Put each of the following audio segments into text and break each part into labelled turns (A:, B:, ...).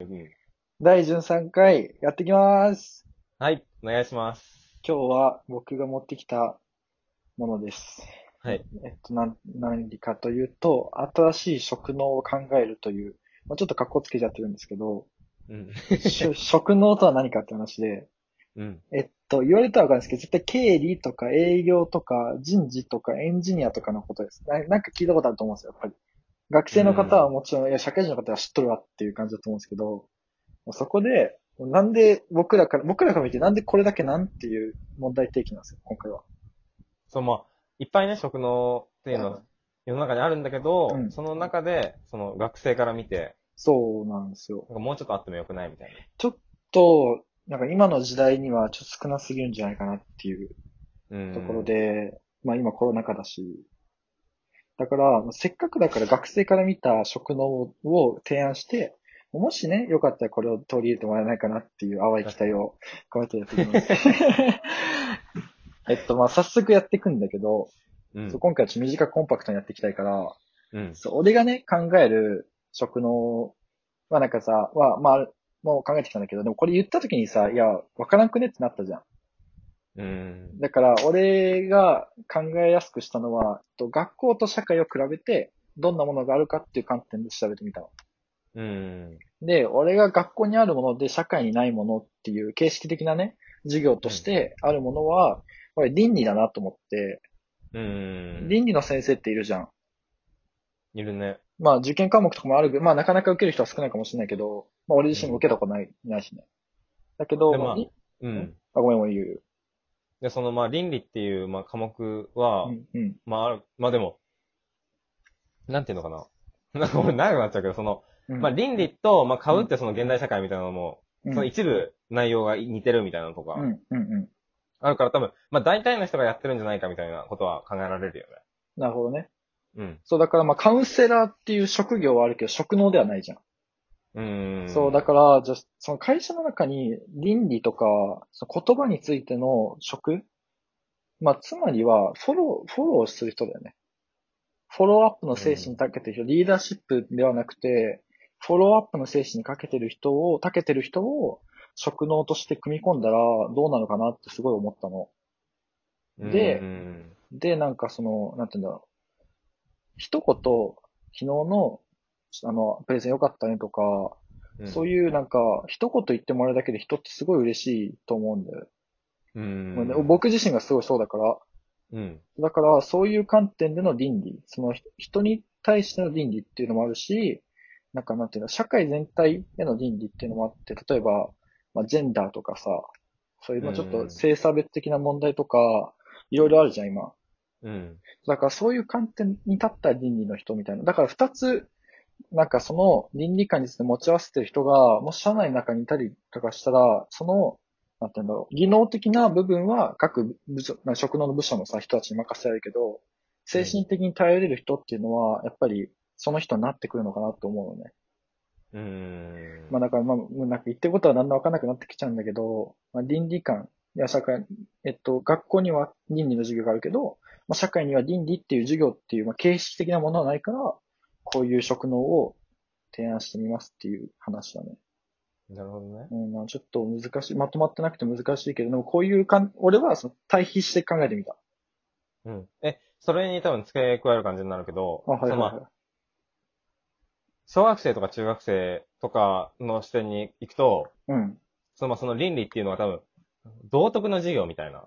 A: うん
B: 第13回やってきます。
A: はい、お願いします。
B: 今日は僕が持ってきたものです。
A: はい。
B: えっと、なん、何かというと、新しい職能を考えるという、まあ、ちょっと格好つけちゃってるんですけど、
A: うん。
B: し職能とは何かって話で、
A: うん。
B: えっと、言われたらわかるんですけど、絶対経理とか営業とか人事とかエンジニアとかのことです。ななんか聞いたことあると思うんですよ、やっぱり。学生の方はもちろん、いや、社会人の方は知っとるわっていう感じだと思うんですけど、もうそこで、なんで僕らから、僕らから見てなんでこれだけなんっていう問題提起なんですよ、今回は。
A: そう、まあ、いっぱいね、職能っていうの
B: う
A: は
B: ん
A: 世の中にあるんだけど、
B: うん
A: その中で、その学生から見て、
B: そうなんですよ。
A: なんかもうちょっとあってもよくないみたい
B: と、なんか今の時代にはちょっと少なすぎるんじゃないかなっていう
A: な。うん。
B: ところ。で、まあ今コロナ禍だし、だから、せっかくだから学生から見た職能を提案して、もしね、よかったらこれを取り入れてもらえないかなっていう淡い期待を込めてやってい きます。えっと、まあ早速やっていくんだけど、
A: うん
B: そう。今回はちょっと短くコンパクトにやっていきたいから、
A: うん。
B: そう俺がね、考える職能はなんかさ、は、まあ、もう考えてきたんだけど、でもこれ言った時にさ、いや、わからんくねってなったじゃん。
A: うん。
B: だから、俺が考えやすくしたのは、えっと学校と社会を比べて、どんなものがあるかっていう観点で調べてみたの。
A: うん。
B: で、俺が学校にあるもので社会にないものっていう形式的なね、授業としてあるものは、俺倫理だなと思って、
A: うん。
B: 倫理の先生っているじゃん。
A: いるね。
B: まあ受験科目とかもあるけど、まあなかなか受ける人は少ないかもしれないけど、まあ俺自身も受けたことない、ないしね。だけど、
A: でまあ
B: い
A: うん。
B: あ、ごめんごめん言う言う。
A: で、その、まあ、倫理っていう、まあ、科目は、
B: うん、うん。
A: まあ、ある、まあでも、なん ていうのかな。なんか俺長くなっちゃうけど、その、
B: うん
A: まあ、倫理と、まあ、買うってその現代社会みたいなのも、
B: うん、
A: その一部内容が似てるみたいなのとか
B: うん、うん、うん。
A: あるから多分、まあ大体の人がやってるんじゃないかみたいなことは考えられるよ
B: なるほどね。
A: ね。
B: そう、だからまあカウンセラーっていう職業はあるけど、職能ではないじゃん。
A: うん。うーん。
B: そう、だ
A: か
B: から、じゃあその会社の中に倫理とか、その言葉についての職まあ、つまりは、フォロー、フォローする人だよね。フォローアップの精神に長けてる人、リーダーシップではなくて、フォローアップの精神に長けてる人を、長けてる人を職能として組み込んだらどうなのかなってすごい思ったの。で
A: うん。
B: で、なんかその、なんて言うんだろう。一言、昨日の、あの、プレゼン良かったねとか、そう
A: い
B: いうなんか、一言言ってもらうだけで人ってすごい嬉しいと思うんだよ。
A: うん。うん。
B: まあね僕自身がすごいそうだから。
A: うん。
B: だから、そういう観点での倫理、そのひ人に対しての倫理っていうのもあるし、なんかなんていうの、社会全体への倫理っていうのもあって、例えば、まあ、ジェンダーとかさ、そういうまあちょっ
A: う
B: と
A: ん
B: 性差別的な問題とか、いろいろあるじゃん、今。
A: うん。
B: だからそういう観点に立った倫理の人みたいな。だから二つ、なんかその倫理観について持ち合わせてる人が、もし社内の中にいたりとかしたら、その、なんて言うんだろう、技能的な部分は各部署、な職能の部署のさ、人たちに任せられるけど、精神的に頼れる人っていうのは、やっぱりその人になってくるのかなと思うのね。
A: うん。
B: まあだから、まあ、なんか言ってることは何もわかんなくなってきちゃうんだけど、まあ、倫理観や社会、えっと、学校には倫理の授業があるけど、まあ、社会には倫理っていう授業っていう、まあ、形式的なものはないから、こういう職能を提案してみますっていう話だね。
A: なるほどね。
B: うん、まあちょっと難しい、まとまってなくて難しいけれども、こういうかん、俺はその対比して考えてみた。
A: うん。え、それに多分付け加える感じになるけど、
B: あ、はい
A: そ
B: はい
A: のま
B: はい
A: あ、。小学生とか中学生とかの視点に行くと、
B: うん。
A: そのまあその倫理っていうのは多分、道徳の授業みたいな。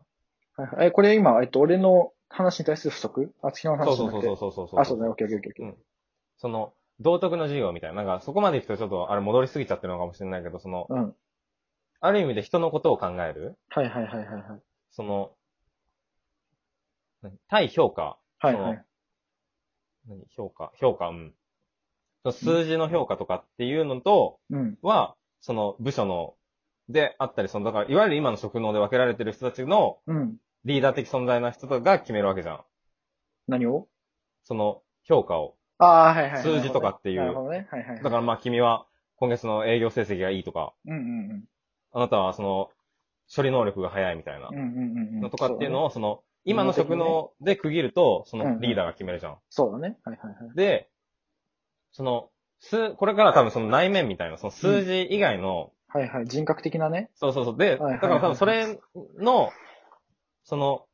B: はいはい、え、これ今、えっと、俺の話に対する不足あ、月の
A: そ
B: 話じ
A: う
B: ゃ
A: そ
B: な
A: う
B: くて。
A: そうそうそうそう。
B: あ、そうだね。オッケーオッケーオッケー。
A: その、道徳の授業みたいな。なんか、そこまで行くとちょっと、あれ戻りすぎちゃってるのかもしれないけど、その、
B: うん。はい
A: ある意味で人のことを考える。
B: はいはいはいはい。
A: その、何対評価。
B: はいはい。
A: 何評価評価、うん。その数字の評価とかっていうのと
B: うん。
A: は、その部署の、であったり、その、だから、いわゆる今の職能で分けられてる人たちの
B: うん。
A: リーダー的存在な人が決めるわけじゃん。
B: 何を
A: その評価を。
B: ああ、はいはいはい。
A: 数字とかっていう
B: なるほどね。はいはいはい。
A: だからまあ君は今月の営業成績がいいとか、
B: うんうんうん。
A: あなたはその処理能力が早いみたいな
B: うんうんうんうん。
A: のとかっていう
B: を。
A: のを、その、今の職能で区切ると、そのリーダーが決めるじゃん。
B: そうだね。はいはいはい。
A: で、その、数、これから多分その内面みたいな、その数字以外の、
B: はいはい。人格的なね。
A: そうそうそう。
B: は
A: で、
B: いはいはい
A: だから多分それの、その、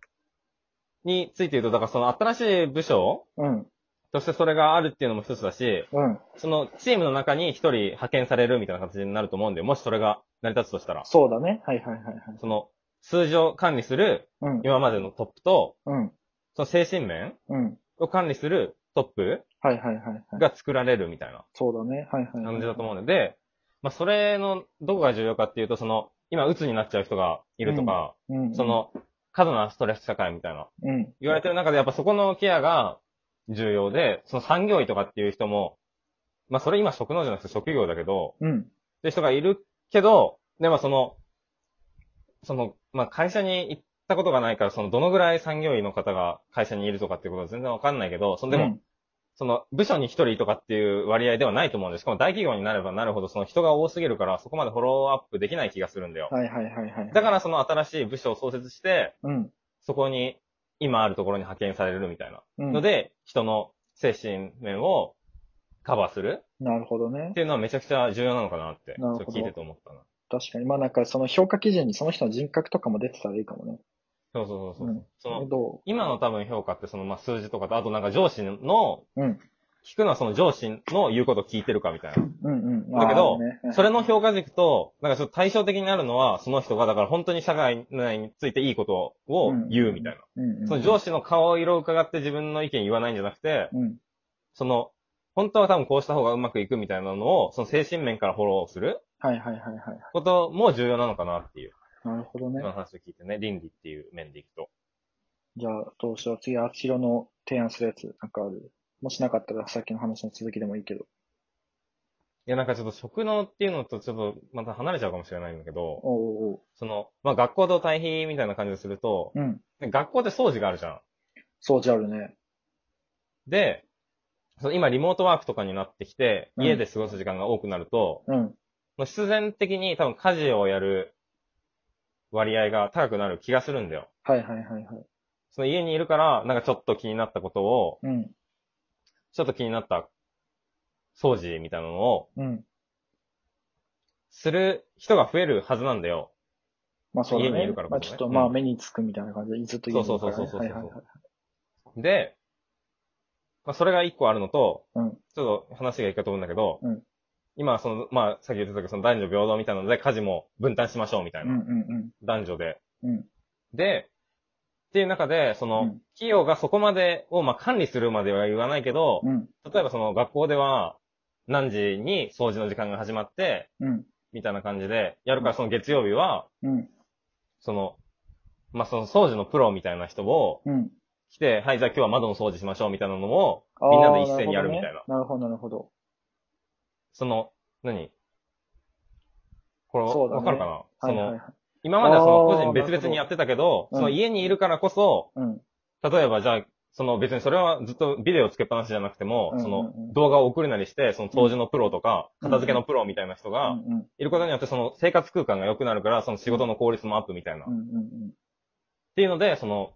A: について言うと、だからその新しい部署
B: うん。
A: としてそれがあるっていうのも一つだし、
B: うん。
A: そのチームの中に一人派遣されるみたいな形になると思うんで、もしそれが成り立つとしたら、
B: そうだね。はいはいはいはい。
A: その数字を管理する
B: うん。
A: 今までのトップと、
B: うん。
A: その精神面
B: うん。
A: を管理するトップ
B: はいはいはいはい。
A: が作られるみたいな
B: そうだね。はいはいはい。
A: 感じだと思うので、まあそれのどこが重要かっていうと、その今鬱になっちゃう人がいるとか、
B: うん。うん。
A: そ、の過度なストレス社会みたいな
B: うん。
A: 言われてる中でやっぱそこのケアが重要で、その産業医とかっていう人も、まあそれ今職能じゃなくて職業だけど、
B: うん。
A: って人がいるけど、でもその、その、まあ、会社に行ったことがないから、その、どのぐらい産業医の方が会社にいるとかっていうことは全然わかんないけど、その、でも、
B: うん、
A: その、部署に一人とかっていう割合ではないと思うんです。しかも大企業になればなるほど、その人が多すぎるから、そこまでフォローアップできない気がするんだよ。
B: はいはいはいはい。
A: だから、その新しい部署を創設して、
B: うん。
A: そこに、今あるところに派遣されるみたいな。
B: うん。
A: の、で、人の精神面をカバーする
B: なるほどね
A: っ。ていうのはめちゃくちゃ重要なのかなって、ち
B: なる
A: ょ
B: ほ
A: っ
B: ど
A: と聞いてて思ったな。
B: 確かに。まあなんかその評価基準にその人の人格とかも出てたらいいかもね。
A: そうそうそうそう。
B: うん
A: その、
B: ど
A: 今の多分評価ってその、まあ、数字とかと、あとなんか上司の、
B: ううん。
A: 聞くのはその上司の言うことを聞いてるかみたい
B: うんうん。
A: だけど
B: あーね
A: な。それの評価軸と、なんかちょっと対照的になるのは、その人がだから本当に社会内についていいことを言うみたいな。
B: うんうん
A: その上司の顔色を伺って自分の意見言わないんじゃなくて、
B: うん。
A: その、本当は多分こうした方がうまくいくみたいなのを、その精神面からフォローする
B: はいはいはいはい。
A: ことも重要なのかなっていう、
B: なるほどね
A: 今。の話を聞いてね、倫理っていう面でいくと。
B: じゃあ、どうしよう。次、あちろの提案するやつ、なんかある。もしなかったら、さっきの話の続きでもいいけど。
A: いや、なんかちょっと職能っていうのとちょっとまた離れちゃうかもしれないんだけど、
B: おうおうお
A: その、まあ、学校と対比みたいな感じをすると、
B: う。うん。
A: 学校って掃除があるじゃん。
B: 掃除あるね。
A: で、その今リモートワークとかになってきて、
B: うん
A: 家で過ごす時間が多くなると、
B: うん。
A: まあ必然的に多分家事をやる割合が高くなる気がするんだよ。
B: はいはいはいはい。
A: その家にいるから、なんかちょっと気になったことを、
B: うん。
A: ちょっと気になった掃除みたいなのを
B: うん。
A: する人が増えるはずなんだよ。
B: まあそうだ
A: 家にい
B: ね
A: るか。らこ
B: ま
A: そ
B: あ
A: ね
B: ちょっとまあ
A: うん
B: 目につくみたいな感じで、ずっと家にいるからね。
A: そうそうそうそうそう
B: はいはいはい。
A: で、まあ、それが一個あるのと、
B: うん
A: ちょっと話がいいかと思うんだけど、
B: うん
A: 今、その、まあ、さっき言ってたけど、その男女平等みたいなので、家事も分担しましょうみたい
B: うん
A: な、
B: うん
A: 男女で。
B: うん。うん。
A: で、っていう中で、その、
B: うん
A: 企業がそこまでを、まあ、管理するまでは言わないけど、
B: うん。
A: 例えばその学校では、何時に掃除の時間が始まって、
B: うん。
A: みたいな感じで、やるからその月曜日は、
B: うん。
A: その、まあ、その掃除のプロみたいな人を
B: うん。
A: 来て、はい、じゃあ今日は窓の掃除しましょうみたいなのを、
B: あー
A: みんなで一斉にやるみたいな。
B: なるほどねなるほど、なるほ
A: その、何これ、
B: そうだね
A: わかるかな
B: ど。
A: そ
B: はいはいはい
A: の、。今まではその
B: あー
A: 個人別々にやってたけど、
B: なるほどうん
A: その家にいるからこそ、
B: うん。
A: 例えばじゃあ、その別にそれはずっとビデオつけっぱなしじゃなくても、
B: うんうん
A: そ
B: うん
A: の動画を送るなりして、その当時のプロとか、
B: うん
A: 片付けのプロみたいな人
B: う
A: が
B: んうん。
A: いることによって、その生活空間が良くなるから、その仕事の効率もアップみたいな。
B: う
A: っ
B: んうんうん。
A: ていうので、その、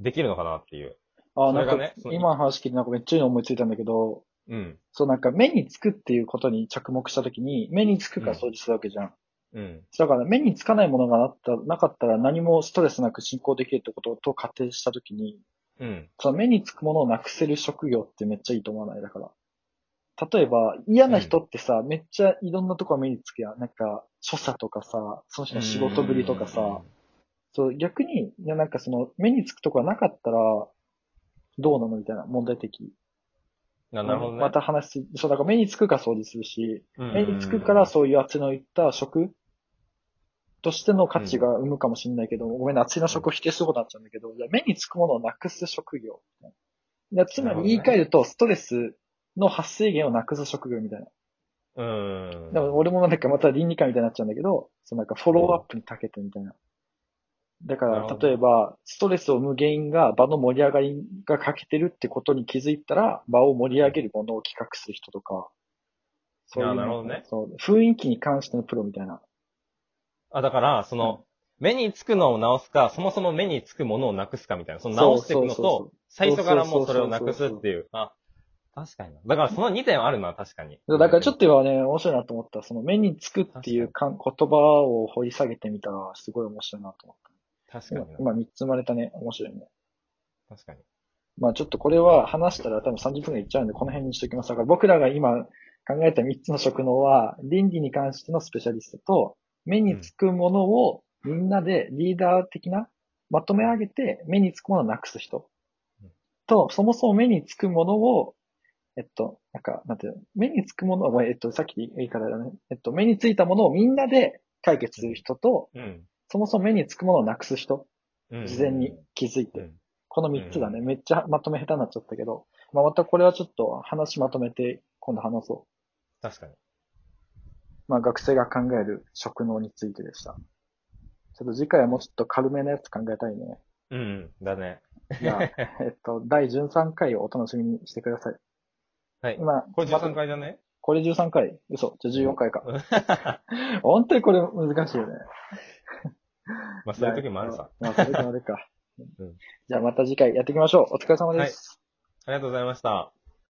A: できるのかなっていう。
B: ああ、
A: そ
B: な
A: れ
B: ん
A: が
B: か
A: ねそ、の
B: 今の話聞いてなんかめっちゃいいの思いついたんだけど、
A: うん。
B: そうなんか目につくっていうことに着目したときに、目につくから掃除するわけじゃん。
A: うん。
B: だから目につかないものがなったなかったら何もストレスなく進行できるってことと仮定したときに、
A: うん。
B: その目につくものをなくせる職業ってめっちゃいいと思わないだから。例えば、嫌な人ってさ、めっちゃいろんなとこ目につくやん。なんか、所作とかさ、その人の仕事ぶりとかさ、そう、逆に、いや、なんかその、目につくとこがなかったら、どうなのみたいな、問題的。
A: ななるほどね。
B: また話し、そう、だから目につくから掃除するし、
A: うん、
B: 目につくからそういうあっちの言った食としての価値が生むかもしれないけど、ごめんね、あっちの食を否定することになっちゃうんだけど、いや目につくものをなくす職業。いやつまり言い換えると、ストレスの発生源をなくす職業みたいな。
A: うん。
B: でも俺もなんかまた倫理観みたいになっちゃうんだけど、そのなんかフォローアップに長けてみたいな。だか
A: な
B: ら
A: るほ、ど
B: 例えば、ストレスを生む原因が場の盛り上がりが欠けてるってことに気づいたら、場を盛り上げるものを企画する人とか、そうい
A: あ
B: う
A: なるほ
B: の
A: どね
B: そう、雰囲気に関してのプロみたいな。
A: あ、だから、その、目につくのを直すか、そもそも目につくものをなくすかみたいな、その直していく
B: そうそ
A: の
B: うそうそ
A: と、最初からもうそれをなくすっていう。あ、確かにな。だからその2点はあるな、確かに。
B: だからちょっ
A: と、
B: と今ね、面白いなと思った。その目につくっていうかん言葉を掘り下げてみたら、すごい面白いなと思
A: 確か
B: った。
A: に
B: 今、
A: な。
B: 今3つ生まれたね。面白いね。
A: 確かに。
B: まあちょっとこれは話したら多分30分くらいいっちゃうんで、この辺にしておきます。だから僕らが今考えた3つの職能は、倫理に関してのスペシャリストと、目につくものをみんなでリーダー的な、まとめ上げて目につくものをなくす人
A: うん。
B: と、そもそも目につくものを、えっと、なんか、なんていうの、目につくものを、えっと、さっき言い方だね。えっと、目についたものをみんなで解決する人と、
A: うん。
B: そもそも目につくものをなくす人。
A: うん
B: 事前に気づいて
A: う。ん。
B: この3つだね。めっちゃまとめ下手になっちゃったけど、まあ、またこれはちょっと話まとめて今度話そ
A: 確かに。
B: う。まあ、学生が考える職能についてでした。ちょっと次回はもうちょっと軽めのやつ考えたいね。
A: うんうん。だね。
B: じ ゃあ、えっと、第13回をお楽しみにしてください。
A: はい
B: 今、
A: これ13
B: また
A: 回じゃね
B: これ13回嘘。じゃあ14回か。 本当にこれ難しいよね。
A: まあそういう時もあるさ。
B: まあ、それでもあるか。
A: うん
B: じゃあまた次回やっていきましょう。お疲れ様です。
A: ありがとうございました。